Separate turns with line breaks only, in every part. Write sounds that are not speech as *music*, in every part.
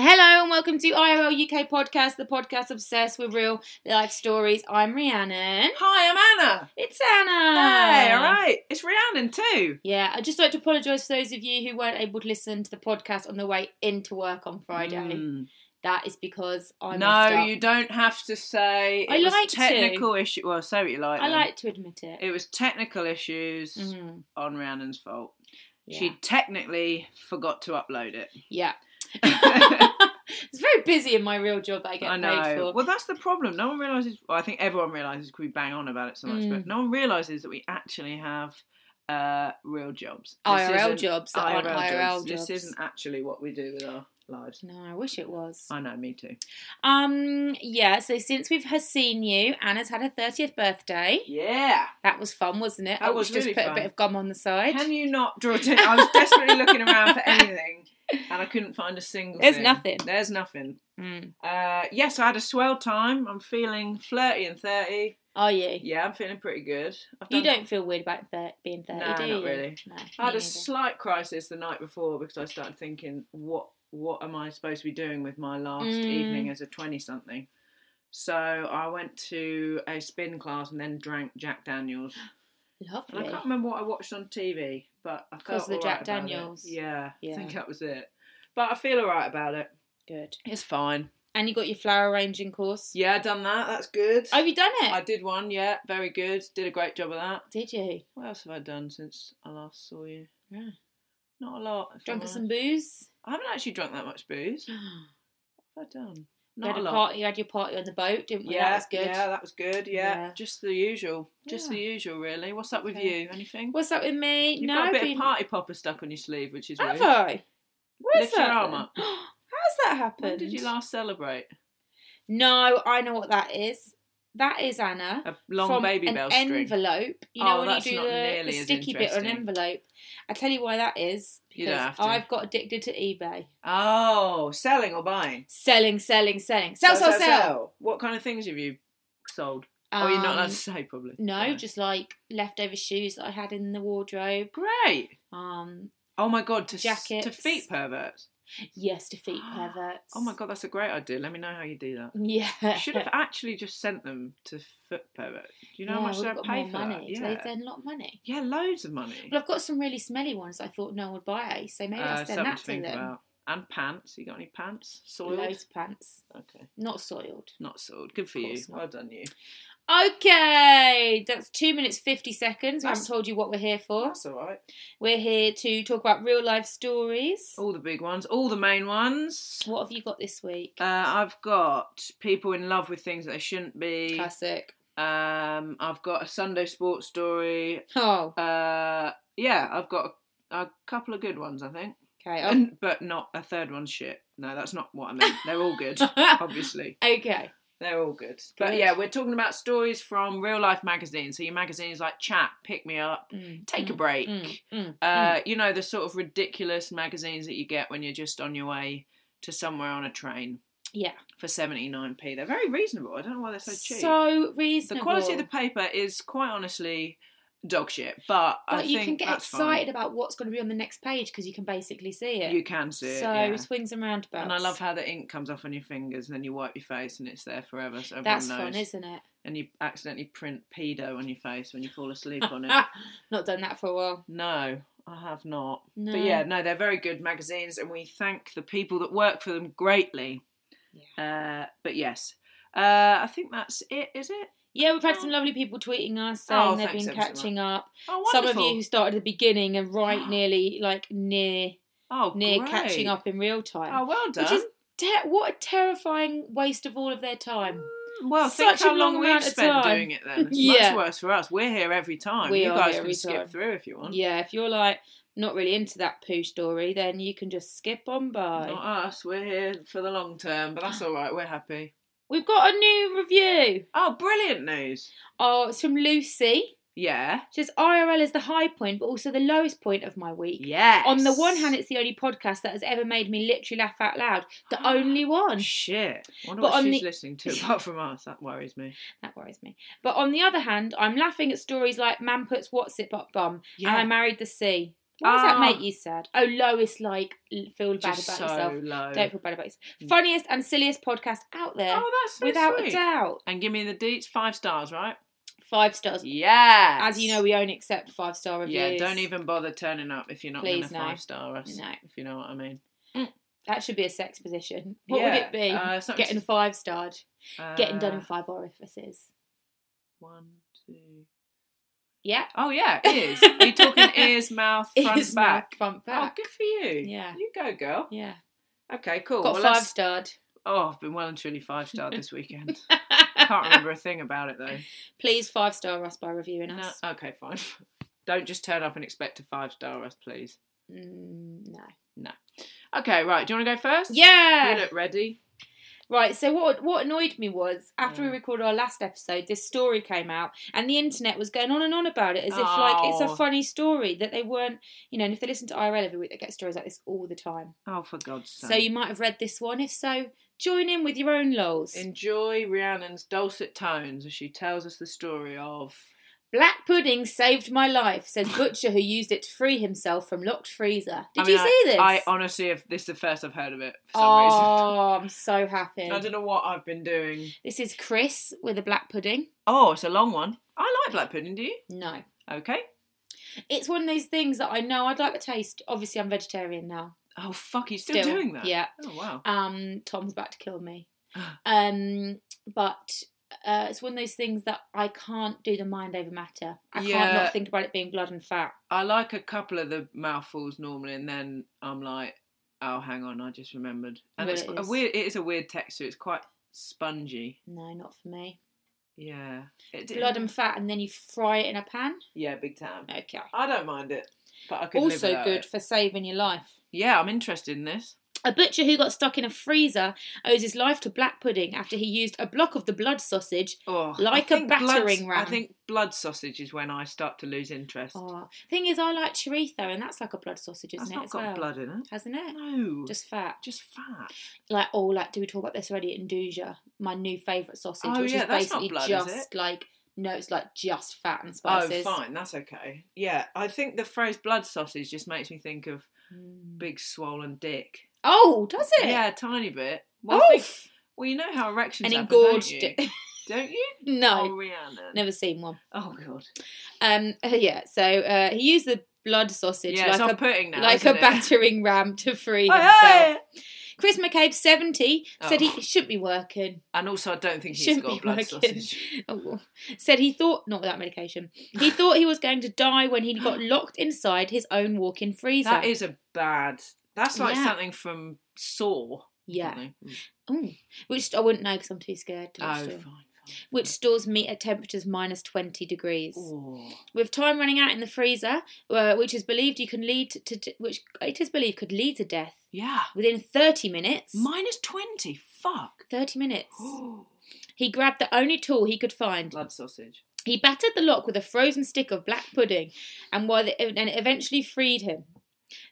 Hello and welcome to IRL UK Podcast, the podcast obsessed with real life stories. I'm Rhiannon.
Hi, I'm Anna.
It's Anna.
Hey, all right. It's Rhiannon too.
Yeah, I'd just like to apologise for those of you who weren't able to listen to the podcast on the way into work on Friday.
Mm.
That is because I messed
No,
up.
you don't have to say it
I
was
like to.
technical issue. Well, say what you like.
I
then.
like to admit it.
it was technical issues
Mhm.
on Rhiannon's fault.
Yeah.
She technically forgot to upload it.
yeah.
*laughs*
it's very busy in my real job that I get
I
paid
know.
for.
Well, that's the problem. No one realizes. Well, I think everyone realizes 'cause we bang on about it so much,
Mm.
but no one realizes that we actually have uh, real jobs. This
IRL
isn't-
jobs that aren't IRL jobs.
This isn't actually what we do with our lives.
No, I wish it was.
I know. Me too.
Um, yeah, so since we've has seen you, Anna's had her 30th birthday.
Yeah.
That was fun, wasn't it?
That
I
was
just
really
put a
fun.
bit of gum on the side.
Can you not draw attention? I was desperately looking around for anything, and I couldn't find a single.
There's
thing.
nothing.
There's nothing.
Mm.
Uh, yes, I had a swell time. I'm feeling flirty and thirty.
Are you?
Yeah, I'm feeling pretty good. I've
You
done-
don't feel weird about thir- being 30,
Nah,
do you?
not really.
No,
I had
me
a
neither.
slight crisis the night before because I started thinking, what what am I supposed to be doing with my last
Mm.
evening as a twenty something? So I went to a spin class and then drank Jack Daniels. And I
Lovely.
can't remember what I watched on TV, but I felt
Because of the
all
Jack
right about it.
Daniels.
Yeah,
Yeah.
I think that was it. But I feel all right about it.
Good.
It's fine.
And you got your flower arranging course?
Yeah, done that. That's good.
Have you done it?
I did one. Yeah, very good. Did a great job of that.
Did you?
What else have I done since I last saw you?
Yeah.
Not a lot. if
Drunk
I'm
us
honest.
some
*gasps*
booze?
I haven't actually drunk that much booze.
you,
What have I done?
had
Not a
a
lot.
party, you had your party on the boat, didn't we?
Yeah,
that was good.
yeah, that was good. Yeah,
Yeah.
just the usual, just the usual, really. What's up with
Okay.
you? Anything?
What's up with me?
You've
no,
got a
I've
bit
been...
of party popper stuck on your sleeve, which is
Have
weird.
I? Where's
Lift
that
your arm
then? *gasps*
up.
How's that happened?
When did you last celebrate?
No, I know what that is. That is Anna.
A long
from
baby
an
bell string.
envelope. You know
Oh,
when you
that's
do
not
the, the
nearly as
sticky bit on an
interesting.
envelope. I tell you why that is
You don't
because
have to.
I've got addicted to eBay.
Oh, selling or buying?
Selling, selling, selling, sell, sell, sell.
What kind of things have you sold? oh, you're not allowed
Um,
to say, probably.
No,
Yeah.
just like leftover shoes that I had in the wardrobe.
great.
Um,
Oh my god, to s- to
Jackets.
feet perverts.
yes,
*gasps*
defeat perverts.
Oh my god, that's a great idea. Let me know how you do that.
Yeah.
You should have actually just sent them to foot perverts. Do you know how
Yeah,
much
we've
they'll
got
pay
more
for that?
money.
Yeah.
They earn a lot of money.
yeah, loads of money.
But I've got some really smelly ones that I thought no one would buy, so maybe
Uh,
I'll send
something
that
to
to,
think
them.
about. And pants. You got any pants? Soiled?
Loads of pants.
Okay,
Not soiled.
not soiled. Good for
Of
you.
course not.
Well done, you.
Okay, that's two minutes fifty seconds. We haven't
That's-
told you what we're here for.
That's all right.
We're here to talk about real life stories.
All the big ones, all the main ones.
What have you got this week?
Uh, I've got people in love with things that they shouldn't be.
Classic.
Um, I've got a Sunday sports story.
Oh,
Uh, yeah, I've got a, a couple of good ones, I think,
okay.
and, but not a third one's shit. No, that's not what I meant. They're
*laughs*
all good, *laughs* obviously.
okay.
They're all good. But
Good.
yeah, we're talking about stories from real life magazines. So your magazines like Chat, Pick Me Up,
Mm,
Take a
mm,
Break.
mm, mm.
Uh, you know the sort of ridiculous magazines that you get when you're just on your way to somewhere on a train
Yeah.
for 79p. They're very reasonable. I don't know why they're so cheap.
So
the
reasonable.
quality of the paper is quite honestly dog shit, but, I
But you
think
can get
that's
excited about what's going to be on the next page because you can basically see
fine.
it.
You can see it.
so
yeah.
swings and roundabouts.
And I love how the ink comes off on your fingers, and then you wipe your face, and it's there forever. So everyone
That's
knows.
fun, isn't it?
and you accidentally print pedo on your face when you fall asleep on it.
*laughs* Not done that for a while.
No, I have not.
No.
But yeah, no, they're very good magazines, and we thank the people that work for them greatly. Uh, but yes, uh, I think that's it. Is it?
Yeah, we've had some lovely people tweeting us saying
Oh,
they've
thanks
been
ever so
catching up.
Oh,
Some
wonderful.
of you who started at the beginning and
*gasps*
right nearly like near
oh,
near
great.
catching up in real time.
Oh, well done.
Which is te- what a terrifying waste of all of their time.
well,
such
think
a
how long,
long amount
we've
of
spent
time.
doing it then. It's
Yeah.
much worse for us. We're here every time.
We
you
are here
guys can
every
skip
time.
through if you want.
Yeah, if you're like not really into that poo story, then you can just skip on by.
Not us. We're here for the long term, but that's
Ah.
all right. We're happy.
We've got a new review.
Oh, brilliant news!
Oh, it's from Lucy.
Yeah.
She says IRL is the high point, but also the lowest point of my week.
Yes.
On the one hand, it's the only podcast that has ever made me literally laugh out loud.
*gasps*
The only one.
shit. Wonder
But
what
on
she's
the-
listening to apart from us. That worries me.
That worries me. But on the other hand, I'm laughing at stories like Man puts what's it but bum and I married the sea. Why does that
Ah.
make you sad? Oh, lowest like l- feel bad
Just
about
so
yourself.
low. Mm.
Don't feel bad about yourself. Funniest and silliest podcast out there,
Oh, that's so
without
sweet.
a doubt.
And give me the deets. Five stars, right?
Five stars.
Yeah.
As you know, we only accept five star reviews.
Yeah, don't even bother turning up if you're not going
Please,
to
no.
five star us.
No.
If you know what I mean.
That should be a sex position. *laughs* What would
Yeah,
it be?
uh, something
getting
to-
five starred. getting done in
Uh,
five orifices.
One, two.
Yeah. *laughs*
Oh yeah, ears. Are you talking ears, mouth, front,
Is my
back?
Front back.
Oh, good for you.
Yeah.
You go, girl.
Yeah.
Okay, cool.
Got
well,
five
let's-
starred.
Oh, I've been well and truly five star this weekend. Can't remember a thing about it though.
*laughs* Please five star us by reviewing
No,
us.
okay, fine. *laughs* Don't just turn up and expect to five star us, please.
Mm, no.
Okay, right. Do you want to go first? You
Yeah.
look ready.
Right. So what what annoyed me was after we
Mm.
recorded our last episode, this story came out, and the internet was going on and on about it as if like it's a
Oh.
funny story that they weren't, you know. And if they listen to IRL every week, they get stories like this all the time.
Oh, for God's sake.
So you might have read this one. If so, join in with your own lols.
enjoy Rhiannon's dulcet tones as she tells us the story of.
Black pudding saved my life, says butcher who used it to free himself from locked freezer. Did
I mean,
you see this?
I honestly, if this is the first I've heard of it for some
oh, I'm so happy.
reason. *laughs* I don't know what I've been doing.
This is Chris with a black pudding.
Oh, it's a long one. I like black pudding. Do you?
No.
Okay.
It's one of those things that I know I'd like the taste. Obviously, I'm vegetarian now.
Oh fuck, he's still, doing that.
Yeah.
Oh wow.
Um, Tom's about to kill
*gasps*
me. um, but uh, it's one of those things that I can't do the mind over matter. I can't
Yeah.
not think about it being blood and fat.
I like a couple of the mouthfuls normally, and then I'm like, oh, hang on, I just remembered. And
What
it's
it
a
is.
weird. It is a weird texture. It's quite spongy.
No, not for me.
Yeah. It,
Blood and fat, and then you fry it in a pan.
*laughs* yeah, big time.
Okay.
I don't mind it, but I could live
Also
without
good
it.
for saving your life.
Yeah, I'm interested in this.
A butcher who got stuck in a freezer owes his life to black pudding after he used a block of the blood sausage.
Oh,
Like
I
a
think blood-
battering ram.
I think blood sausage is when I start to lose interest.
Oh, thing is, I like chorizo, and that's like a blood sausage, isn't
That's
it?
not
as
got
well?
blood in it.
hasn't it?
No, just
Just fat.
just fat.
Like oh, like do we talk about this already? Induja, my new favourite sausage,
Oh,
which
yeah,
is
that's not
basically
blood, is
just
it?
like no, it's like just fat and spices.
Oh, fine, that's okay. Yeah, I think the phrase blood sausage just makes me think of
Mm.
big swollen dick.
Oh, does it?
Yeah, a tiny bit. Well, I
Oh,
think- well, you know how erections
an
happen,
engorged.
don't you? Don't you? Oh,
*laughs* no,
Rhiannon.
never seen one.
Oh god.
Um, *laughs* yeah. So uh, he used the blood sausage
Yeah, it's
like
off
a
putting now.
like a
isn't it? *laughs* Oh,
battering ram to free
Aye,
himself.
aye.
Chris McCabe, 70, said
Oh.
he shouldn't be working.
And also, I don't think he's
Shouldn't be
got blood
working.
sausage.
*laughs* Oh, said he thought, not without medication,
*sighs*
he thought he was going to die when he
*gasps*
got locked inside his own walk in freezer.
That is a bad. That's like
Yeah.
something from Saw. *laughs*
Yeah. Mm,
isn't it?
Ooh. Which I wouldn't know because I'm too scared to
Oh,
watch
fine.
them.
fine.
Which stores meat at temperatures minus 20 degrees.
Oh.
With time running out in the freezer, uh, which is believed you can lead to, to, which it is believed could lead to death
Yeah.
within 30 minutes.
Minus 20. Fuck. *gasps*
30 minutes. He grabbed the only tool he could find,
blood sausage.
He battered the lock with a frozen stick of black pudding and, while the, and it eventually freed him.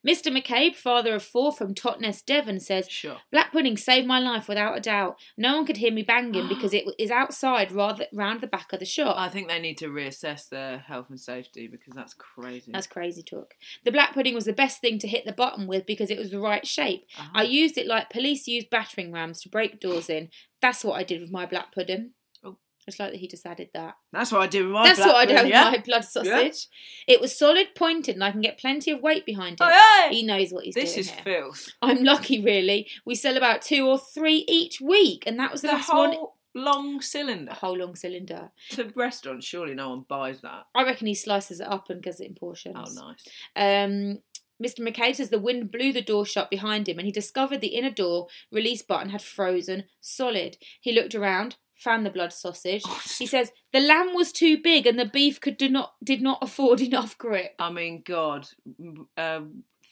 Mr. McCabe, father of four from Totnes, Devon, says,
Sure.
Black pudding saved my life without a doubt. No one could hear me banging because it is outside rather round the back of the shop.
I think they need to reassess their health and safety because that's crazy.
That's crazy talk. The black pudding was the best thing to hit the bottom with because it was the right shape.
Ah.
I used it like police use battering rams to break doors in. That's what I did with my black pudding.
Oh.
It's like that he just added that.
That's what I do with my
That's
black
what I do
pudding,
with
yeah?
my blood sausage. It was solid, pointed, and I can get plenty of weight behind it.
Oh, hey!
He knows what he's
This
doing
is
here.
filth.
I'm lucky, really. We sell about two or three each week, and that was the,
The
last one.
whole long cylinder.
A whole long cylinder.
To restaurants, surely no one buys that.
I reckon he slices it up and does it in portions.
Oh, nice.
Um, Mr. McCabe says the wind blew the door shut behind him, and he discovered the inner door release button had frozen solid. He looked around. found the blood sausage.
Oh, *laughs*
He says the lamb was too big and the beef could do not did not afford enough grip.
I mean, God, uh,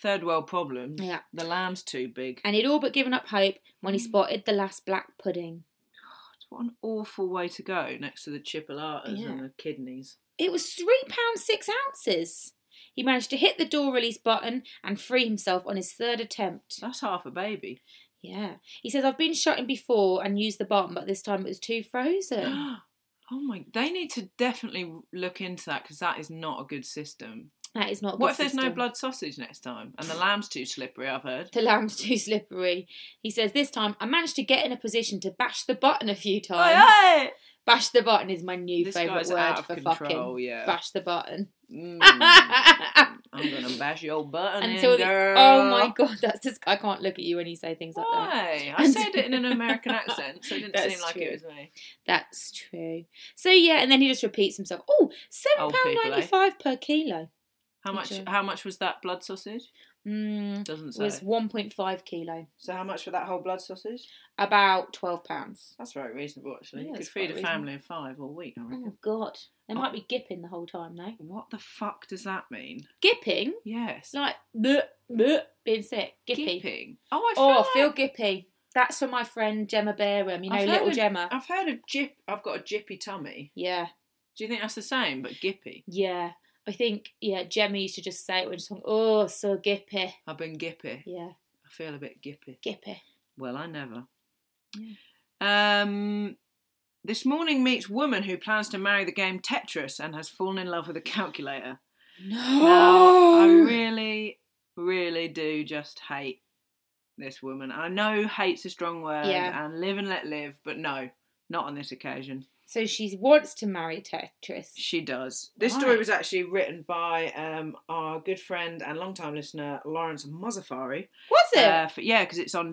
third world problem.
Yeah.
The lamb's too big.
And he'd all but given up hope when he
Mm.
spotted the last black pudding.
What an awful way to go next to the chipolatas
Yeah.
and the kidneys.
It was three pounds six ounces. He managed to hit the door release button and free himself on his third attempt.
That's half a baby.
Yeah. He says, I've been shot in before and used the button, but this time it was too frozen.
*gasps* oh my! They need to definitely look into that because that is not a good system.
That is not a
What
good
if there's no
system.
blood sausage next time and the lamb's too slippery? I've heard.
The lamb's too slippery. He says, This time I managed to get in a position to bash the button a few times.
Aye, aye.
Bash the button is my new
This
favourite
guy's
word
out of
for
control,
fucking.
yeah.
Bash the button. *laughs*
Mm, I'm gonna bash your button
Until
in,
the,
girl.
oh my god, *laughs* that's just I can't look at you when you say things like that.
Why? I said it in an American accent, so it didn't
That's
seem like
true.
it was me.
That's true. So yeah, and then he just repeats himself. Oh, seven
Old
pound
people, eh?
ninety five per kilo.
How much?
Okay.
How much was that blood sausage?
Mm,
Doesn't say.
was one point five kilo,
So how much for that whole blood sausage?
about twelve pounds.
That's very reasonable, actually.
Yeah,
you could
it's
feed
quite
a family of five all week, I reckon.
Oh god, they might be gipping the whole time though.
What the fuck does that mean?
Gipping,
Yes.
like bleh, bleh, being sick, gippy.
Gipping. Oh, I feel.
Oh,
like...
I feel gippy. That's for my friend Gemma Barham. You know,
I've heard
little
of-
Gemma.
I've heard of jip. I've got a jippy tummy.
Yeah,
Do you think that's the same, but gippy?
yeah. I think yeah, Gemma used to just say it when she's like, "Oh, so gippy."
I've been gippy.
Yeah,
I feel a bit gippy.
gippy.
Well, I never.
Yeah.
Um, this morning meets woman who plans to marry the game Tetris and has fallen in love with a calculator.
*gasps* No,
Now, I really, really do just hate this woman. I know hate's a strong word
Yeah.
and live and let live, but no, not on this occasion.
So she wants to marry Tetris.
She does. This story
Right.
was actually written by um, our good friend and long-time listener, Lawrence Mozzafari.
Was it? Oh,
Uh, for, yeah, because it's on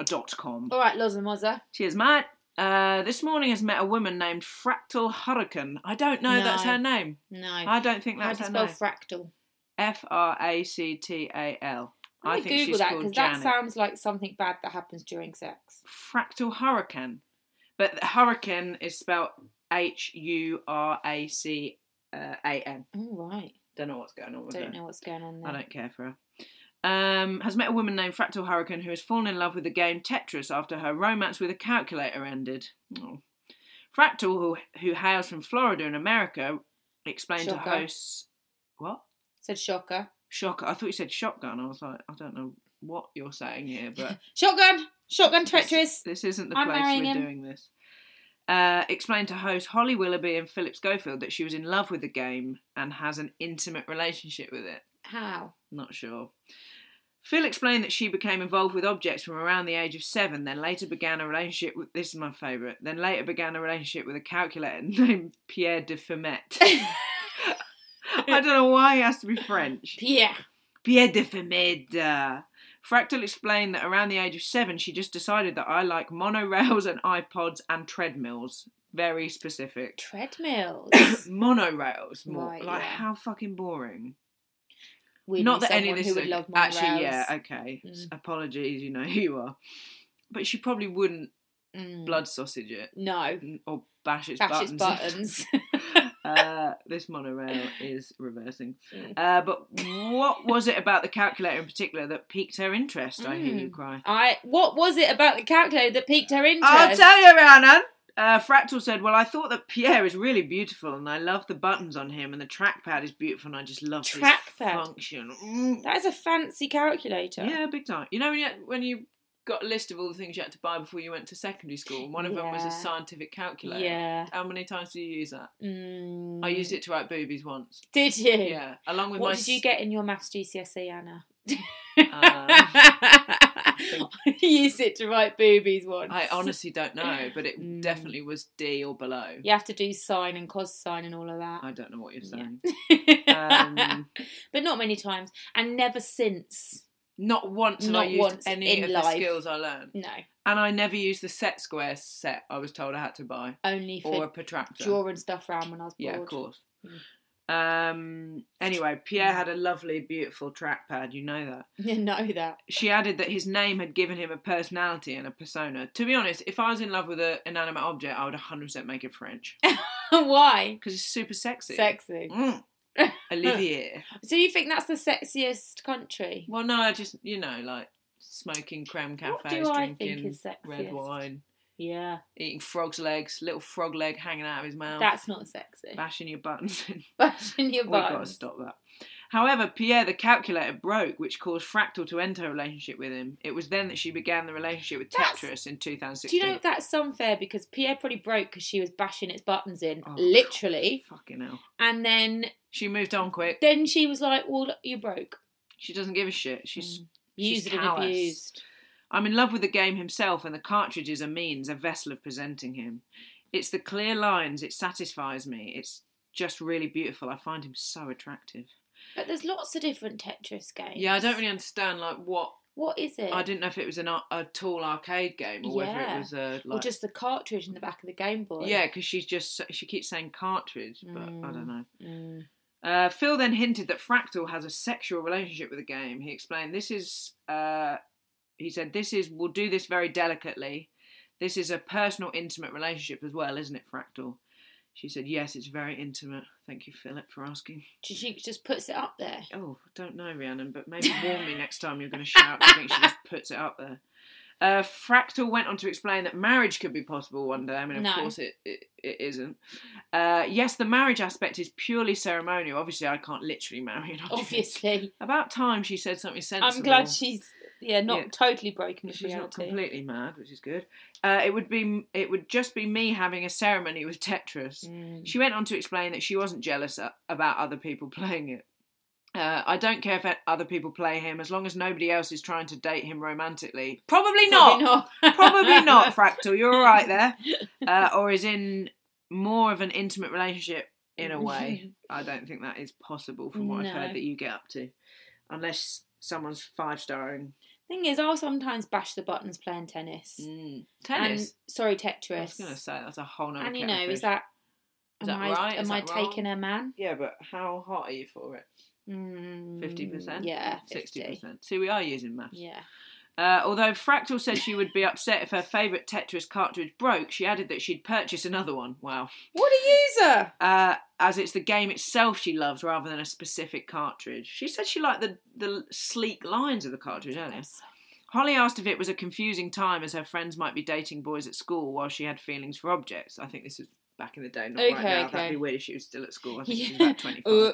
digitalspy.com.
All right, Loz and Mozza.
Cheers, mate. Uh, this morning has met a woman named Fractal Hurricane. I don't know that's
No.
her name.
No.
I don't think
How
that's
do
her
you spell
name.
fractal?
F R A C T A L.
I'm
I
gonna
think
Google
she's
that
called
because that
Janet.
sounds like something bad that happens during sex.
Fractal Hurricane. But the hurricane is spelled H U R A C uh, A N.
All right.
Don't know what's going on with
Don't
her.
know what's going on there.
I don't care for her. Um, has met a woman named Fractal Hurricane who has fallen in love with the game Tetris after her romance with a calculator ended. Oh. Fractal, who, who hails from Florida in America, explained
Shocker.
to hosts. What?
Said shocker.
Shocker. I thought you said shotgun. I was like, I don't know what you're saying here, but
*laughs* Shotgun! Shotgun Tetris!
This, this isn't the
I'm
place
marrying
we're
him.
doing this. Uh, explained to host Holly Willoughby and Philip Schofield that she was in love with the game and has an intimate relationship with it.
How?
Not sure. Phil explained that she became involved with objects from around the age of seven, then later began a relationship with this is my favourite, then later began a relationship with a calculator *laughs* named Pierre
*laughs*
de Fermet. I don't know why he has to be French.
*laughs* Yeah.
Pied de Femeda. Fractal explained that around the age of seven, she just decided that I like monorails and iPods and treadmills. Very specific.
Treadmills.
*coughs* monorails. More,
Right,
like,
yeah.
how fucking boring.
Weirdly,
Not that any
someone
of this
who
is
would
a-
love my
Actually, yeah,
rows.
okay.
Mm.
Apologies, you know who you are. But she probably wouldn't
Mm.
blood sausage it
No.
or bash its
Bash its
buttons.
buttons.
*laughs* uh, this monorail is reversing.
Mm.
Uh, but what was it about the calculator in particular that piqued her interest? I hear you
Mm.
cry.
I. What was it about the calculator that piqued her interest?
I'll tell you, Rhiannon. Uh, Fractal said, Well, I thought that Pierre is really beautiful and I love the buttons on him and the trackpad is beautiful and I just love this
Trackpad?
function. Mm.
That is a fancy calculator.
Yeah, big time. You know, when you, had- when you got a list of all the things you had to buy before you went to secondary school, and one of them was a
Yeah.
scientific calculator.
Yeah.
How many times do you use that?
Mm.
I used it to write boobies once.
Did you?
Yeah, along with
What
my.
did you
s-
get in your maths GCSE, E, Anna?
Um,
*laughs* I used it to write boobies once.
I honestly
*laughs*
don't know, but it
Mm.
definitely was D or below.
You have to do sine and cos sine and all of that.
I don't know what you're
Yeah.
saying.
*laughs*
um,
but not many times, and never since.
Not once have I
Not
used
once
any
in
of the
life.
skills I learned.
No,
And I never used the set square set I was told I had to buy
only
or a
for
protractor.
drawing stuff around when I was bored.
yeah, of course.
Mm.
Um, anyway, Pierre had a lovely, beautiful trackpad. You know that.
*laughs* You know that. *laughs*
She added that his name had given him a personality and a persona. To be honest, if I was in love with an inanimate object, I would 100% make it
*laughs*
French
Why?
because it's super sexy.
Sexy. *laughs*
Mm. Olivier.
So you think that's the sexiest country?
Well, no, I just you know like smoking creme
What
cafes,
do I think
drinking
is
red
sexiest?
wine,
Yeah.
eating frog's legs, little frog leg hanging out of his mouth,
That's not sexy.
bashing your buttons. *laughs* in.
*laughs* Bashing your
We've got to
buns.
stop that. However, Pierre the calculator broke, which caused Fractal to enter a relationship with him. It was then that she began the relationship with
That's-
Tetris in
Do
2016.
you know that's unfair because Pierre probably broke because she was bashing its buttons in,
Oh,
literally.
Fucking hell.
And then
She moved on quick.
then she was like, "Well, look, you broke,
She doesn't give a shit. She's.
Mm.
She's
used and
callous.
abused."
I'm in love with the game himself, and the cartridge is a means, a vessel of presenting him. It's the clear lines. It satisfies me. It's just really beautiful. I find him so attractive.
But there's lots of different Tetris games.
Yeah, I don't really understand like what.
What is it?
I didn't know if it was an, ar- a tall arcade game or whether
Yeah.
it was a
Or
like.
just the cartridge in the back of the Game Boy.
Yeah, because she's just she keeps saying cartridge, but I don't know.
Mm.
Uh, Phil then hinted that Fractal has a sexual relationship with the game. He explained, "This is," uh, he said, "This is we'll do this very delicately. This is a personal, intimate relationship as well, isn't it, Fractal?" She said, "Yes, it's very intimate. Thank you, Philip, for asking."
She- She just puts it up there.
Oh, *laughs* I don't know, Rhiannon, but maybe warn me next time you're going to shout. I think she
*laughs*
just puts it up there. Uh, Fractal went on to explain that marriage could be possible one day. I mean, of
No.
course it, it, it isn't. Uh, yes, the marriage aspect is purely ceremonial. Obviously, I can't literally marry an object. *laughs*
Obviously,
About time she said something sensible.
I'm glad she's yeah not
Yeah.
totally broken with
She's not
reality.
completely mad, which is good. Uh, it would be, it would just be me having a ceremony with Tetris.
Mm.
She went on to explain that she wasn't jealous a- about other people *laughs* playing it. Uh, I don't care if other people play him as long as nobody else is trying to date him romantically. Probably not.
Probably not. *laughs*
Probably not, Fractal. You're all right there. Uh, or is in more of an intimate relationship in
*laughs*
a way. I don't think that is possible from what I've
No.
heard that you get up to. Unless someone's five starring
Thing is, I'll sometimes bash the buttons playing tennis.
Mm, tennis.
And, sorry,
I was
Tetris.
going to say that's a whole nother
and you
kettle
know,
of
is
fish.
that
Is
am
that
I,
right?
Am
Is
I
that wrong?
taking a man?
Yeah, but how hot are you for it? Fifty percent?
Mm, Yeah,
Sixty
50.
percent. See, we are using math.
Yeah.
Uh, although Fractal said she would be upset if her favourite Tetris cartridge broke, she added that she'd purchase another one. Wow.
What a user!
Uh, as it's the game itself she loves rather than a specific cartridge. She said she liked the, the sleek lines of the cartridge earlier. Holly asked if it was a confusing time as her friends might be dating boys at school while she had feelings for objects. I think this is back in the day, not right
Okay,
now.
okay.
That'd be weird if she was still at school. I think she's
Yeah.
about 25.
Uh,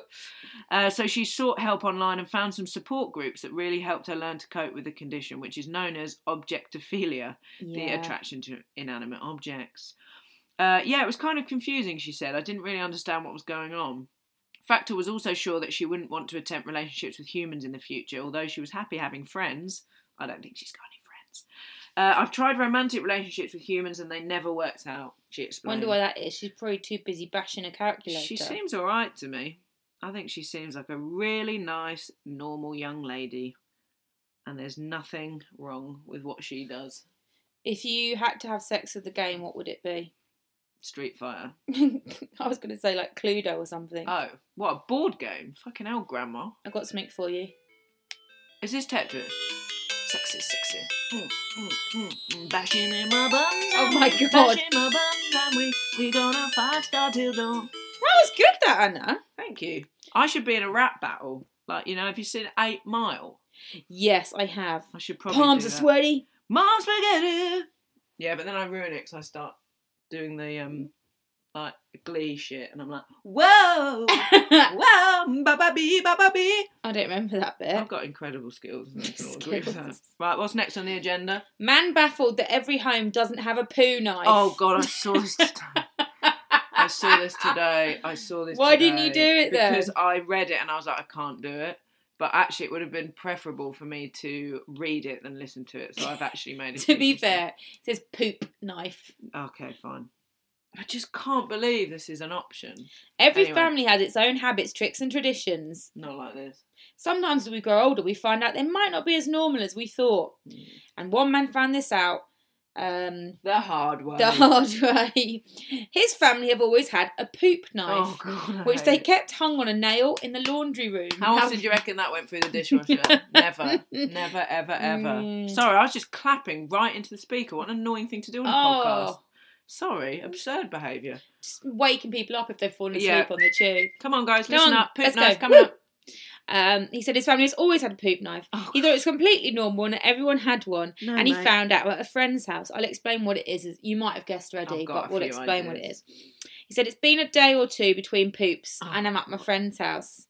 Uh, so she sought help online and found some support groups that really helped her learn to cope with the condition, which is known as objectophilia, the
yeah.
attraction to inanimate objects. Uh, yeah, it was kind of confusing, she said. I didn't really understand what was going on. Fractal was also sure that she wouldn't want to attempt relationships with humans in the future, although she was happy having friends. I don't think she's got any friends. Uh, I've tried romantic relationships with humans and they never worked out, she explained.
Wonder why that is. She's probably too busy bashing a calculator.
She seems all right to me. I think she seems like a really nice, normal young lady, and there's nothing wrong with what she does.
If you had to have sex with the game, what would it be? *laughs*
Street Fighter.
I was going to say like Cluedo or something.
Oh, what a board game! Fucking hell, Grandma.
I've got something for you.
Is this Tetris? Sexy, sexy. Mm, mm, mm, mm. Bashing in my buns.
Oh
and
my
we-
God.
Bashing my buns and we we gonna five star till dawn.
That was good, that Anna.
Thank you. I should be in a rap battle. Like you know, have you seen Eight Mile?
Yes, I have.
I should probably.
Palms
do
are
that.
sweaty. *laughs*
Mom spaghetti. Yeah, but then I ruin it because I start doing the um like glee shit, and I'm like,
*laughs*
whoa,
I
whoa, ba ba bee, ba ba bee.
don't remember that bit.
I've got incredible skills.
*laughs*
and I can all agree with that.
Skills.
Right, what's next on the agenda?
Man baffled that every home doesn't have a poo knife.
Oh God, I saw this. Today. I saw this today. I saw this.
Why didn't you
today
do it then?
Because I read it and I was like, I can't do it. But actually, it would have been preferable for me to read it than listen to it. So I've actually made
*laughs*
it.
*laughs* to be fair, it says poop knife.
Okay, fine. I just can't believe this is an option.
Every
Anyway.
family has its own habits, tricks, and traditions.
Not like this.
Sometimes as
Mm.
we grow older, we find out they might not be as normal as we thought. And one man found this out um,
The hard way.
the hard *laughs* way. His family have always had a poop
Oh,
knife,
God. I
which
hate
they
it.
kept hung on a nail in the laundry room.
How often do you reckon that went through
*laughs*
the dishwasher? Never. Never, ever, ever.
Mm.
Sorry, I was just clapping right into the speaker. What an annoying thing to do on a podcast.
Oh,
Sorry, absurd behaviour.
just waking people up if they've fallen asleep
Yeah.
on the chew.
Come on, guys,
Come
listen
on,
up. Poop
let's go.
knife
Woo! *laughs*
coming up.
Um, he said his family has always had a poop knife.
Oh,
He thought it was completely normal and that everyone had one.
No,
and he
mate.
found out at a friend's house. I'll explain what it is. As You might have guessed already,
I've got
but
a
we'll
few
explain what it
ideas.
is. He said it's been a day or two between poops,
Oh.
and I'm at my friend's house.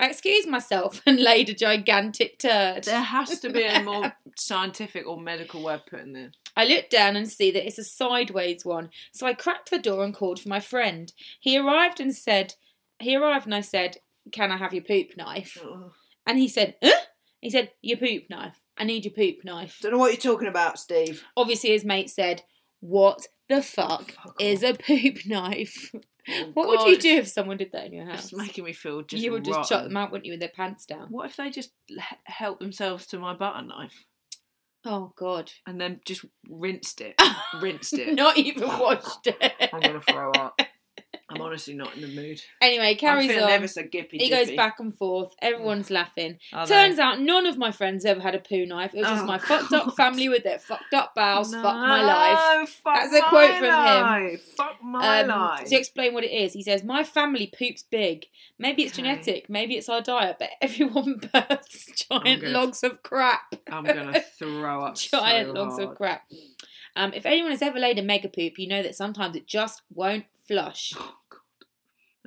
I excused myself *laughs* and laid a gigantic turd.
There has to be a more scientific or medical word put in there.
I looked down and see that it's a sideways one, so I cracked the door and called for my friend. He arrived and said, "He arrived," and I said, "Can I have your poop knife?" And he said, huh? He said, Your poop knife. I need your poop knife.
Don't know what you're talking about, Steve.
Obviously, his mate said, What the fuck,
Fuck
is a poop
*laughs*
knife?
Oh,
what
God.
would you do if someone did that in your house?
It's making me feel just
you would just chuck them out, wouldn't you, with their pants down?
What if they just h- helped themselves to my butter knife
Oh, God.
and then just rinsed it? rinsed
*laughs*
it.
Not
*laughs*
even washed it.
I'm gonna throw *laughs* up. I'm honestly not in the mood.
Anyway,
I'm
carries
feeling
on.
ever so gippy.
he goes back and forth. Everyone's laughing.
Are
Turns out none of my friends ever had a poo knife. It was just
Oh,
my fucked up
God.
family with their fucked up bowels.
No,
Fuck my life.
Fuck
That's a quote
my
from him.
life. Fuck my life.
To explain what it is, Um, he says, My family poops big. Maybe it's
Okay.
genetic, maybe it's our diet, but *laughs* everyone births giant
good.
logs of crap.
I'm gonna *laughs* throw up.
giant
so
logs
hard.
of crap. Um, if anyone has ever laid a mega poop, you know that sometimes it just won't flush.
Oh, God.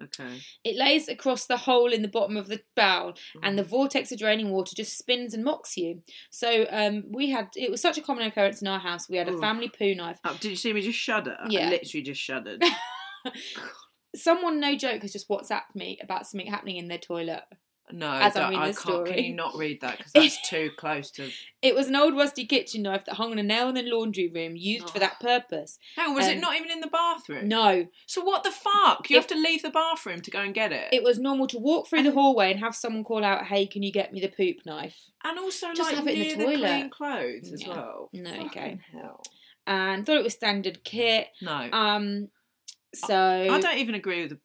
Okay.
It lays across the hole in the bottom of the bowl, and the vortex of draining water just spins and mocks you. So um, we had it was such a common occurrence in our house. We had a
Oof.
family poo knife.
Oh, did you see me just shudder?
Yeah.
I literally just *laughs* shuddered.
Someone, no joke, has just WhatsApped me about something happening in their toilet.
No,
As I'm
don't-
reading
I
this
can't.
story.
Can you not read that? Because that's *laughs* too close to.
It was an old rusty kitchen knife that hung on a nail in the laundry room, used for
Oh.
that purpose.
Hang on, was
Um,
it not even in the bathroom?
No,
So what the fuck? You
It-
have to leave the bathroom to go and get it.
it was normal to walk through
*laughs*
the hallway and have someone call out, "Hey, can you get me the poop knife?"
and also
just
like
have it in the
near
toilet.
clean clothes as
Yeah.
well.
No,
Fucking
okay.
Hell.
And thought it was standard kit.
No.
Um, so
I don't even agree with the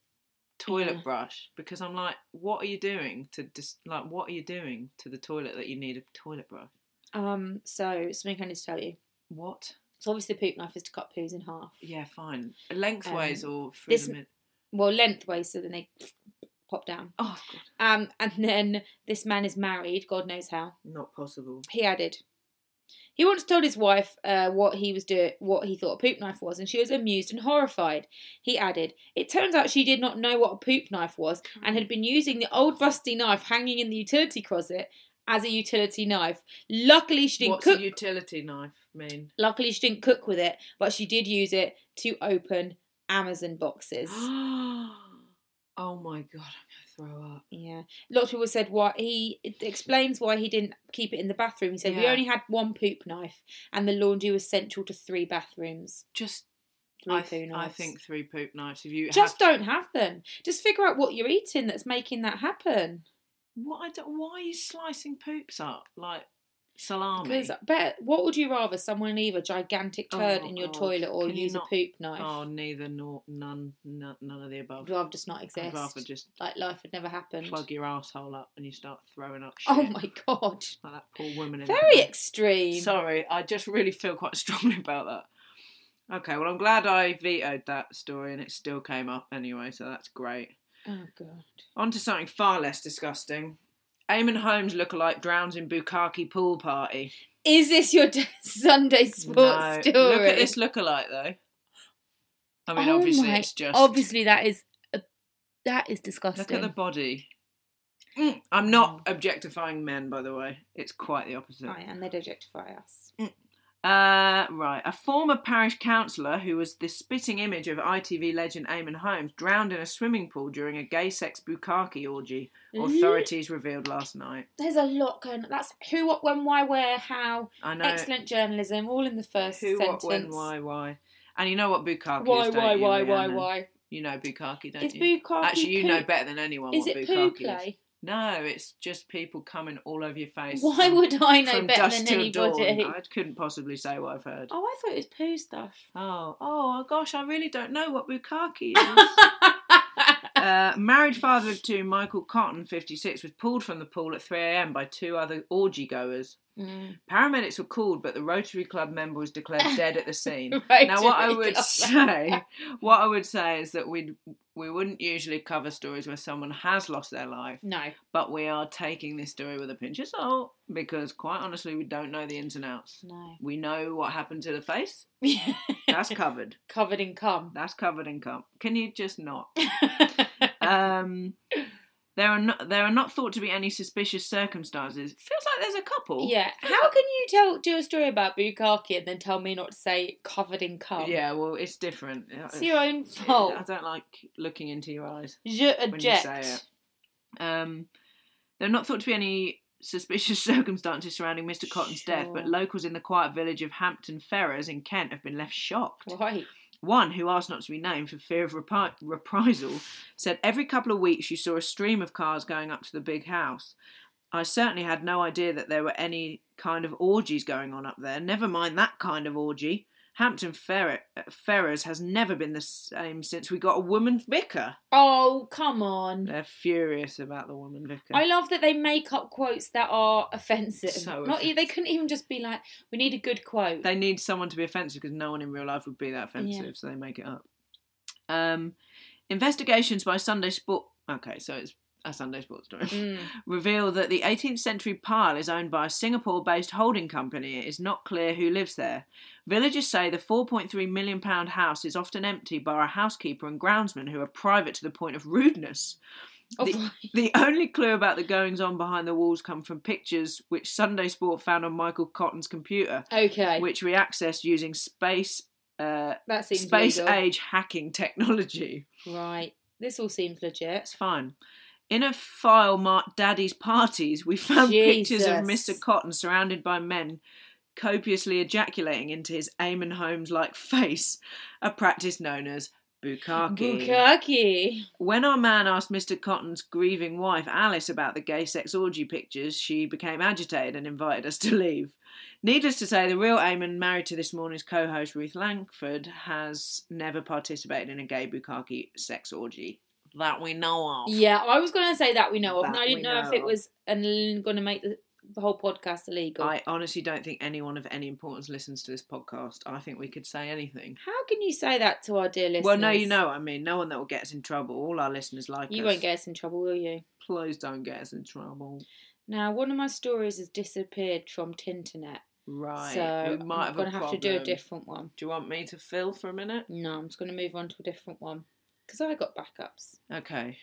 toilet
Yeah.
brush because I'm like, what are you doing to just like what are you doing to the toilet that you need a toilet brush?
um, so something I need to tell you.
What?
So obviously, the poop knife is to cut poos in half.
Yeah, fine. Lengthways
Um,
or through
this-
the mid-
Well, lengthways, so then they pop down.
Oh, God,
Um, and then this man is married. God knows how.
not possible.
He added, he once told his wife uh, what he was doing, what he thought a poop knife was, and she was amused and horrified. He added, it turns out she did not know what a poop knife was and had been using the old rusty knife hanging in the utility closet as a utility knife. Luckily, she didn't
What's
cook.
a utility knife mean?
Luckily, she didn't cook with it, but she did use it to open Amazon
*gasps*
boxes. *gasps*
*gasps* oh my god, I'm gonna throw up.
Yeah, lots of people said why he it explains why he didn't keep it in the bathroom. He said we
Yeah.
only had one poop knife, and the laundry was central to three bathrooms.
Just
Three
I,
poo
th- I
knives.
think three poop knives. If you
just
have,
don't have them. Just figure out what you're eating that's making that happen.
what I don't, why are you slicing poops up like salami?
Because bet what would you rather someone leave a gigantic turd
Oh,
in your
God.
toilet or
Can you
use
not-
a poop knife?
Oh, neither nor none, none, none of the above.
I'd rather just not
I'd rather
exist.
just
Like life had never happened.
plug your asshole up and you start throwing up shit.
Oh my
*laughs*
god,
Like that poor woman in
very
that
extreme.
Sorry, I just really feel quite *laughs* strongly about that. Okay, well, I'm glad I vetoed that story and it still came up anyway, so that's great.
oh god.
On to something far less disgusting. Eamon Holmes lookalike drowns in Bukaki pool party.
Is this your *laughs* Sunday
No.
sports story?
Look at this lookalike though. I mean,
Oh
obviously,
my-
it's just
Obviously, that is a, that is
Look
disgusting.
at the body. Mm, I'm not
Mm.
objectifying men, by the way. It's quite the opposite.
Right, and they'd objectify us.
Uh, right. A former parish councillor who was the spitting image of ITV legend Eamon Holmes drowned in a swimming pool during a gay sex bukkake orgy,
Mm-hmm.
authorities revealed last night.
There's a lot going. on. That's who, what, when, why, where, how.
I know.
Excellent journalism, all in the first
Who,
sentence.
what, when, why, why. And you know what bukkake
Why,
is, don't
why,
you,
why, why,
Rhiannon?
why?
You know bukkake, don't
Is
you?
bukkake
Actually, you
poo-
know better than anyone
Is
what
it poo
bukkake is.
play?
No, it's just people coming all over your face.
Why
from-
would I know
from
better
dusk
than
till dawn.
anybody?
I couldn't possibly say what I've heard.
*laughs* Oh, I thought it was poo
*laughs*
stuff.
Oh, oh gosh, I really don't know what bukkake
*laughs*
is. Uh, married father of two, Michael Cotton, 56, was pulled from the pool at 3 a.m. by two other orgy goers.
Mm.
Paramedics were called, but the Rotary Club member was declared dead at the scene.
*laughs* Right, *laughs*
now, what I
Rotary
would
Club.
say, what I would say is that we we wouldn't usually cover stories where someone has lost their life,
*laughs* No.
but we are taking this story with a pinch of salt because, quite honestly, we don't know the ins and outs.
No. *laughs*
We know what happened to the face. That's covered.
Covered in cum.
That's covered in cum. Can you just not?
*laughs*
um, there are not there are not thought to be any suspicious circumstances. Feels like there's a couple. *laughs*
yeah. How can you tell do a story about bukkake and then tell me not to say covered in cum?
Yeah. Well, it's different.
It's your own
I
fault.
don't like looking into your eyes.
Je
When you say
object.
Um, there are not thought to be any suspicious *laughs* circumstances surrounding Mr. Cotton's death, but
Sure.
locals in the quiet village of Hampton Ferrers in Kent have been left shocked.
Right.
One, who asked not to be named for fear of repri- reprisal, said every couple of weeks you saw a stream of cars going up to the big house. I certainly had no idea that there were any kind of orgies going on up there, never mind that kind of orgy. Hampton Ferret, Ferrers has never been the same since we got a woman vicar.
Oh, come on.
They're furious about the woman vicar.
I love that they make up quotes that are offensive.
So
Not e,
offensive.
they couldn't even just be like, "We need a good quote."
they need someone to be offensive because no one in real life would be that offensive, so they make it up. Um, investigations by Sunday Sport. Okay, so it's a Sunday Sport story. *laughs*
Mm.
reveal that the 18th century pile is owned by a Singapore based holding company. It is not clear who lives there. Villagers say the £4.3 million house is often empty by a housekeeper and groundsman who are private to the point of rudeness.
Oh,
The-
right.
The only clue about the goings on behind the walls come from pictures which Sunday Sport found on Michael Cotton's computer,
*laughs* Okay,
which we accessed using space. Uh,
that seems
space
legal.
age hacking technology.
Right, this all seems legit.
That's fine. In a file marked Daddy's Parties, we found pictures of
Jesus.
Mr. Cotton surrounded by men copiously ejaculating into his Eamon Holmes like face, a practice known as bukkake.
Bukkake.
When our man asked Mr. Cotton's grieving wife, Alice, about the gay sex orgy pictures, she became agitated and invited us to leave. Needless to say, the real Eamon, married to this morning's co host Ruth Langford, has never participated in a gay bukkake sex orgy that we know of.
Yeah, I was going to say that we know of, and
That
I didn't
we
know, if
know
it
of.
was going to make the, the whole podcast illegal.
I honestly don't think anyone of any importance listens to this podcast. I think we could say anything.
How can you say that to our dear listeners?
Well, no, you know, what I mean, no one that will get us in trouble. All our listeners like
You
us.
won't get us in trouble, will you?
Please don't get us in trouble.
Now, one of my stories has disappeared from Tinternet,
Right.
so
we
I'm
might have
going
a
to have to do a
problem.
different one.
Do you want me to fill for a minute?
No, I'm just going to move on to a different one because I got backups.
Okay.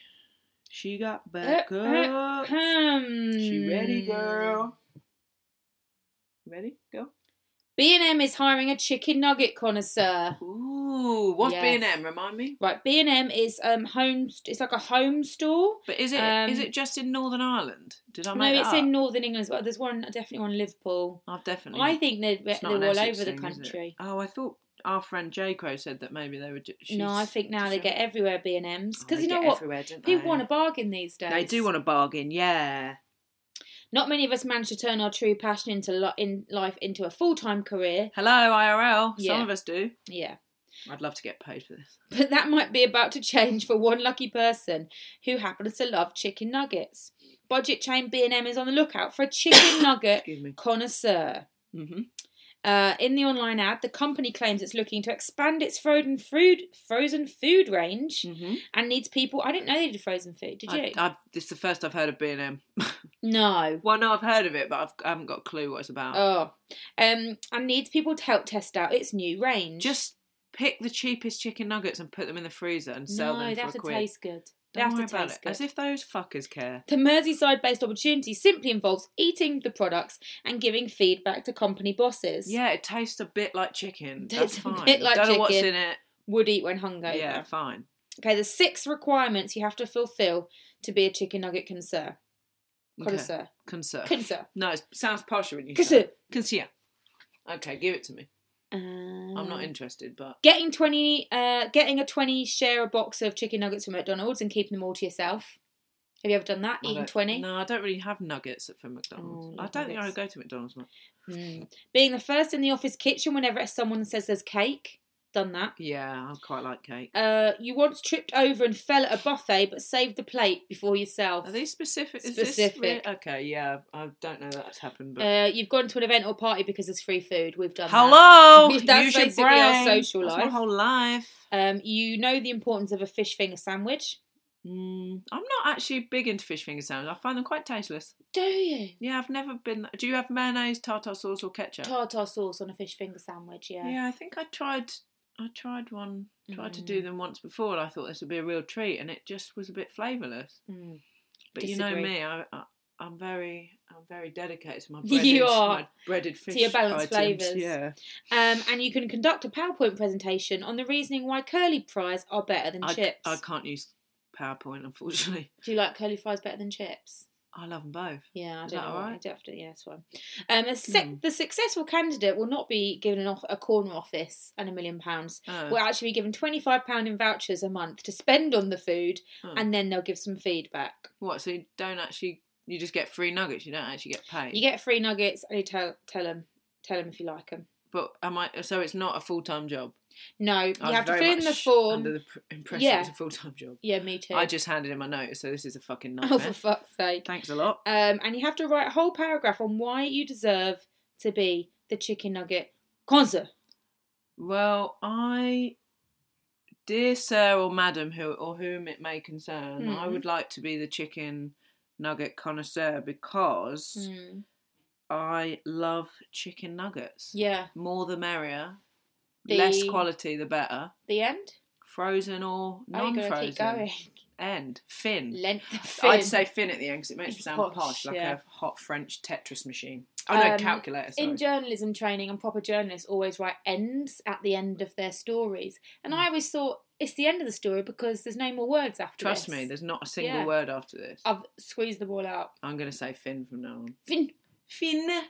She got
Mm. Uh,
back
uh,
up.
hmm.
She ready, girl. Ready? Go.
B&M is hiring a chicken nugget connoisseur.
Ooh, what's
Yes.
B&M? Remind me.
Right, B&M is um home. It's like a home store.
But is it is
Um,
it just in Northern Ireland? Did I
No,
make that
it's
up?
in Northern England as well. There's one definitely one in Liverpool.
I've definitely.
I think they're,
it's
they're
not
all
an
over
Essex
the
thing, is it?
country.
Oh, I thought our friend J Crow said that maybe they were. Ju- she's,
no, I think now they get everywhere B and M's
Oh,
because
they
you know
get
what
everywhere, don't
people
they?
want a bargain these days.
They do want a bargain. Yeah.
Not many of us manage to turn our true passion into lo- in life into a full time career.
Hello, IRL.
Yeah.
Some of us do.
Yeah, *laughs*
I'd love to get paid for this.
but that might be about to change for one lucky person who happens to love chicken nuggets. Budget chain B and M is on the lookout for a
*coughs*
chicken nugget
Excuse me.
connoisseur.
hmm
Uh, in the online ad, the company claims it's looking to expand its frozen food frozen food range
hmm
and needs people. I didn't know they did frozen food. Did you?
I, I've, this is the first I've heard of B&M.
no.
Well, no, I've heard of it, but I've, I haven't got a clue what it's about.
Oh, um, and needs people to help test out its new range.
Just pick the cheapest chicken nuggets and put them in the freezer and sell
no,
them
they
for
have
a
to
quid.
taste good. They
Don't
have
worry
to
about
taste
it.
good.
As if those fuckers care.
the Merseyside-based opportunity simply involves eating the products and giving feedback to company bosses.
Yeah, it tastes a bit like chicken. That's
Tastes a
fine.
bit like
Don't know what's
chicken.
in it.
would eat when hungover.
Yeah, fine.
Okay, the six requirements you have to fulfil to be a chicken nugget connoisseur.
Okay.
Connoisseur.
Conserve.
Connoisseur.
no, it sounds posher when you say
Connoisseur.
it. Conserve. Okay, give it to me.
Um,
I'm not interested, but
Getting twenty, uh, getting a twenty share a box of chicken nuggets from McDonald's and keeping them all to yourself. Have you ever done that?
I
Eaten
don't-
twenty?
No, I don't really have nuggets at from McDonald's.
Oh,
I
love
don't think I
nuggets.
would go to McDonald's. much.
Mm. Being the first in the office kitchen whenever someone says there's cake. Done that.
Yeah, I quite like cake.
Uh, you once tripped over and fell at a buffet, but saved the plate before yourself.
Are these specific? Is This
Uh, Specific.
re- okay, yeah, I don't know that's happened, but
Uh, you've gone to an event or party because there's free food. We've done that.
hello,
Uh, That's
use your
basically our
brain.
social
That's
life.
my whole life.
Um, you know the importance of a fish finger sandwich.
Mm, I'm not actually big into fish finger sandwiches. I find them quite tasteless.
Do you?
Yeah, I've never been. Do you have mayonnaise, tartar sauce, or ketchup?
Tartar sauce on a fish finger sandwich, yeah.
Yeah, I think I tried. I tried one. Tried to
Mm.
do them once before, and I thought this would be a real treat, and it just was a bit flavourless.
Mm.
But you know
Disagree.
me, I, I I'm very I'm very dedicated to my
*laughs* You
breaded,
are.
my breaded fish
your balanced
items,
flavours.
Yeah,
Um, and you can conduct a PowerPoint presentation on the reasoning why curly fries are better than
I,
chips.
I can't use PowerPoint unfortunately. *laughs*
Do you like curly fries better than chips?
I love them both.
Yeah, I
Is
don't
that
know. why.
all
I
right?
don't have to, yeah, that's fine. Um, a sec-
Hmm.
The successful candidate will not be given an off- a corner office and a million pounds.
Oh,
Will actually be given twenty five pound in vouchers a month to spend on the food,
oh.
and then they'll give some feedback.
what? So you don't actually you just get free nuggets. You don't actually get paid.
You get free nuggets, and you tell tell them tell them if you like them.
but am I? So it's not a full time job.
No, you
I was
have to
very
fill in the
much
form.
Under the pr- impression
Yeah.
it's a full time job.
Yeah, me too. *laughs*
I just handed in my notice, so this is a fucking
oh,
nightmare.
for fuck's sake.
Thanks a lot.
Um, and you have to write a whole paragraph on why you deserve to be the chicken nugget connoisseur.
Well, I, dear sir or madam, who or whom it may concern, I
Hmm.
would like to be the chicken nugget connoisseur because
Hmm.
I love chicken nuggets.
Yeah,
More the merrier. Less
The-
quality, the better.
the end.
Frozen or
Are you
non
going to keep
frozen.
going?
End. Fin.
Length of
I'd
fin.
say fin at the end because it makes me
It's
sound
posh,
posh, like
yeah.
a hot French Tetris machine. Oh no,
Um,
calculator. Sorry.
In journalism training, and proper journalists always write ends at the end of their stories. And
Mm.
I always thought it's the end of the story because there's no more words after
Trust
this.
me, there's not a single
Yeah. Oh.
word after this.
I've squeezed them all out.
I'm going to say fin from now on.
Fin.
Fin.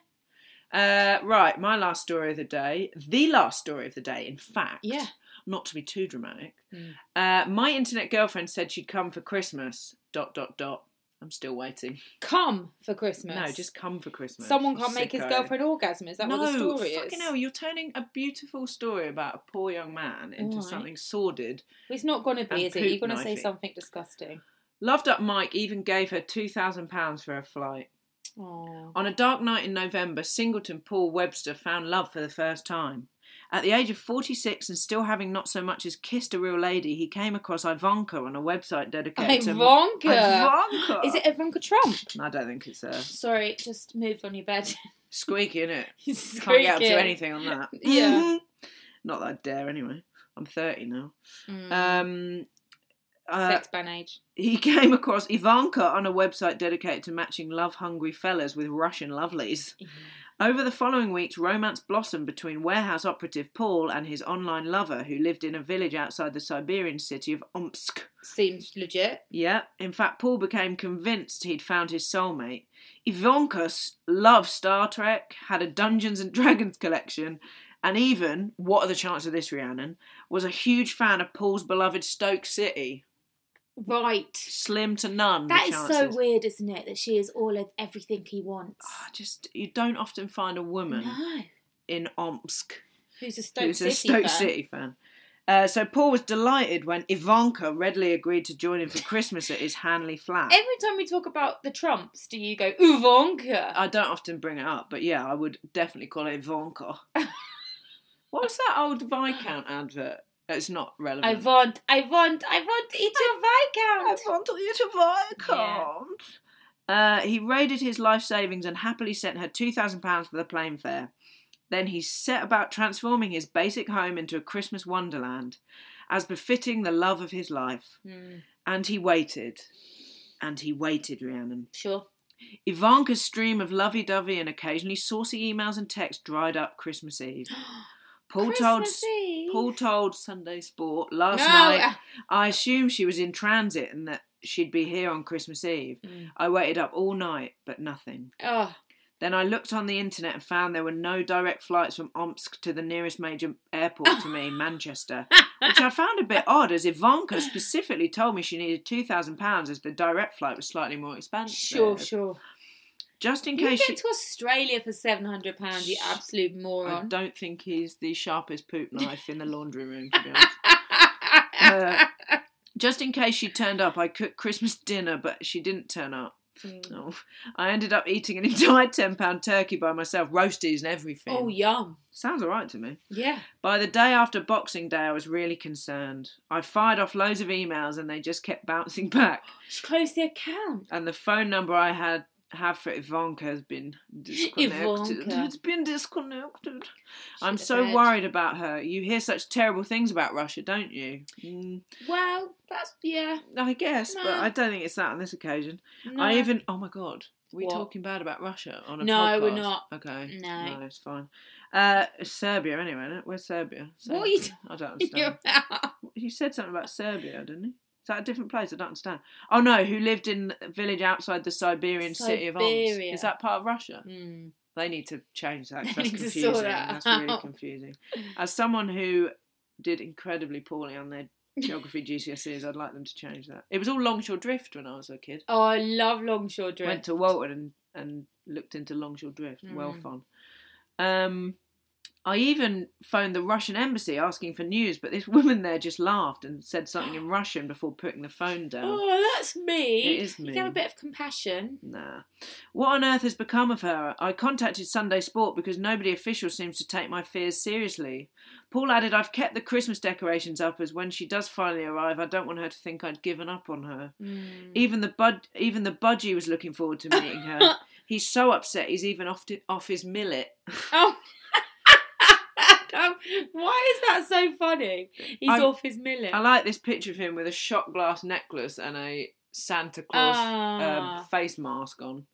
Uh, right, my last story of the day, the last story of the day, in fact.
Yeah.
Not to be too dramatic.
Mm.
Uh, my internet girlfriend said she'd come for Christmas. Dot dot dot. I'm still waiting.
Come for Christmas.
No, just come for Christmas.
Someone can't make his
sicko.
girlfriend orgasm. Is that
no,
what the story
fucking
is?
hell! You're turning a beautiful story about a poor young man into
Alright.
something sordid.
It's not going to
And
be, is it?
poop
You're going to say
knifing.
something disgusting.
Loved up Mike even gave her two thousand pounds for her flight.
Oh.
On a dark night in November, Singleton Paul Webster found love for the first time. At the age of 46 and still having not so much as kissed a real lady, he came across Ivanka on a website dedicated to.
Ivanka.
Ivanka!
Is it Ivanka Trump?
I don't think it's uh,
Sorry, just moved on your bed. *laughs*
squeaky, innit?
He's
Can't get up to
squeaking.
anything on that.
*laughs* Yeah.
*laughs* not that I dare anyway. I'm 30 now.
Mm.
Um, uh,
Sex ban age.
he *laughs* came across Ivanka on a website dedicated to matching love hungry fellas with Russian lovelies. Over the following weeks, romance blossomed between warehouse operative Paul and his online lover, who lived in a village outside the Siberian city of Omsk.
Seems legit.
Yeah, in fact, Paul became convinced he'd found his soulmate. Ivanka s- loved Star Trek, had a Dungeons and *laughs* Dragons collection, and even, what are the chances of this, Rhiannon, was a huge fan of Paul's beloved Stoke City.
Right.
Slim to none.
That is
the chances.
so weird, isn't it? That she is all of everything he wants.
Ah, just, you don't often find a woman
No.
in Omsk.
Who's a Stoke
Who's
City
a Stoke
fan?
City fan. Uh, so Paul was delighted when Ivanka readily agreed to join him for Christmas at his Hanley flat.
Every time we talk about the Trumps, do you go Ivanka?
I don't often bring it up, but yeah, I would definitely call
*laughs*
it Ivanka. what was that old Viscount advert? It's not
I
relevant.
want, I want, I want to eat your
I
Viscount.
want you to Viscount. Uh, he raided his life savings and happily sent her £2,000 for the plane fare. Then he set about transforming his basic home into a Christmas wonderland, as befitting the love of his life.
Mm,
And he waited. And he waited, Rhiannon.
sure.
Ivanka's stream of lovey dovey and occasionally saucy emails and texts dried up
*gasps*
Christmas Eve. Paul told
Christmas Eve.
Paul told Sunday Sport last
No.
night I assume she was in transit and that she'd be here on Christmas Eve.
Mm.
I waited up all night, but nothing.
Oh,
Then I looked on the internet and found there were no direct flights from Omsk to the nearest major airport
*laughs*
to me, Manchester, which I found a bit odd as Ivanka specifically told me she needed £2,000 as the direct flight was slightly more expensive.
Sure, sure.
Just in
You
case
get
she.
to Australia for seven hundred pounds, you
Sh-
absolute
I
moron. *laughs*
don't think he's the sharpest poop knife in the laundry room, to be honest. Uh, Just in case she turned up, I cooked Christmas dinner, but she didn't turn up.
Mm.
Oh, I ended up eating an *laughs* entire ten pound turkey by myself, roasties and everything.
oh yum!
Sounds alright to me.
Yeah.
By the day after Boxing Day, I was really concerned. I fired off loads of emails and they just kept *laughs* bouncing back.
Just close the account.
And the phone number I had have for Ivanka has been disconnected.
Ivanka.
It's been disconnected. I'm
Should've
so
said.
worried about her. You hear such terrible things about Russia, don't you? Mm,
Well, that's yeah.
I guess, but
No.
I don't think it's that on this occasion.
No.
I even oh my god, we
What?
talking bad about Russia on a
No,
podcast?
we're not.
Okay,
No.
it's fine. Uh, Serbia anyway. Isn't it? Where's Serbia?
What are you
Serbia. I don't understand.
*laughs* *laughs* You're out.
you said something about Serbia, didn't you? Is that a different place? I don't understand. Oh no, who lived in a village outside the Siberian city of Omsk?
Siberia.
Is that part of Russia?
Mm.
They need to change that.
*laughs*
'cause
They
That's
need to
confusing.
sort that
That's really
out.
confusing. As someone who did incredibly poorly on their geography GCSEs, E I'd like them to change that. It was all Longshore Drift when I was a kid
Oh, I love Longshore Drift.
went to Walton and, and looked into Longshore Drift. Well
Mm.
fun. Um, I even phoned the Russian embassy asking for news, but this woman there just laughed and said
*gasps*
something in Russian before putting the phone down.
Oh, that's me.
It is
You can
me.
have a bit of compassion.
Nah. What on earth has become of her? I contacted Sunday Sport because nobody official seems to take my fears seriously. Paul added, I've kept the Christmas decorations up as when she does finally arrive, I don't want her to think I'd given up on her.
*laughs* Mm.
Even the bud, even the budgie was looking forward to
*laughs*
meeting her. he's so upset. He's even off to, off his millet.
Oh. Why is that so funny? He's
I-
off his millet.
I like this picture of him with a shot glass necklace and a Santa Claus um,
Ah.
face mask on.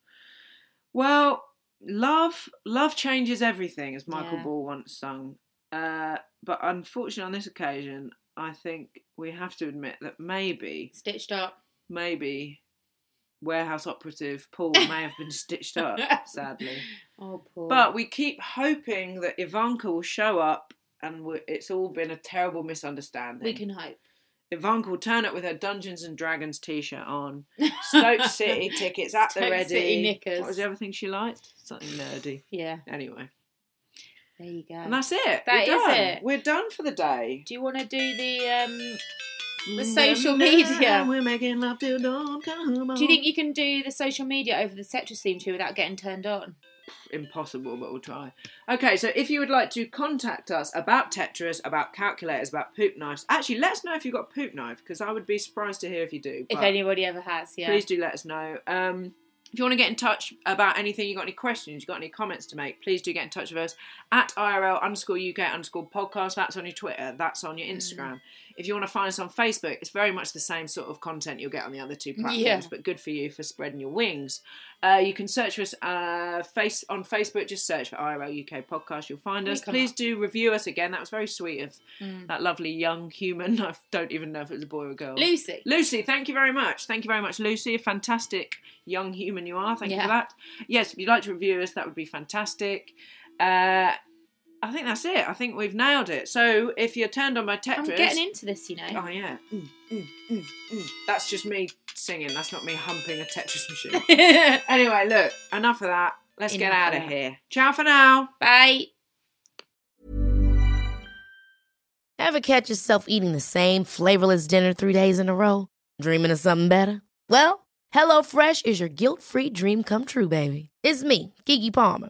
Well, love, love changes everything, as Michael
Yeah.
Ball once sung. Uh, but unfortunately, on this occasion, I think we have to admit that maybe,
Stitched up.
maybe, warehouse operative Paul may have been stitched up.
*laughs*
Sadly.
Oh, poor.
But we keep hoping that Ivanka will show up and we it's all been a terrible misunderstanding.
we can hope.
Ivanka will turn up with her Dungeons and Dragons t shirt
*laughs*
on, Stoke City tickets at the
Stoke
ready.
City knickers.
What was the other thing she liked? Something nerdy.
Yeah,
Anyway.
there you go.
And that's it.
That
We're
is
done.
it.
We're done for the day.
Do you want to do the? um
The
social media.
We're making love till dawn. Come on.
Do you think you can do the social media over the Tetris theme too without getting turned on?
impossible, but we'll try. Okay, so if you would like to contact us about Tetris, about calculators, about poop knives, actually, let us know if you've got a poop knife because I would be surprised to hear if you do.
If
but
anybody ever has, yeah.
please do let us know. Um, if you want to get in touch about anything, you got any questions, you got any comments to make, please do get in touch with us at IRL underscore UK underscore podcast. That's on your Twitter, that's on
Mm.
your Instagram. If you want to find us on Facebook, it's very much the same sort of content you'll get on the other two platforms,
Yeah.
but good for you for spreading your wings. Uh, you can search for us uh, face on Facebook, just search for IRL UK podcast, you'll find
We
us.
come
Please
up.
do review us again. That was very sweet of
Mm.
that lovely young human. *laughs* I don't even know if it was a boy or a girl.
Lucy.
Lucy, thank you very much. Thank you very much, Lucy. A fantastic young human you are. Thank you
Yeah.
for that. Yes, if you'd like to review us, that would be fantastic. Uh, I think that's it. I think we've nailed it. So if you're turned on by Tetris.
I'm getting into this, you know.
Oh, yeah. Mm, mm, mm, mm. That's just me singing. That's not me humping a
*laughs*
Tetris machine. anyway, look, enough of that. Let's get
Enough
out
of
of
that.
here. Ciao for now.
Bye.
Ever catch yourself eating the same flavorless dinner three days in a row? Dreaming of something better? Well, HelloFresh is your guilt free dream come true, baby. It's me, Gigi Palmer.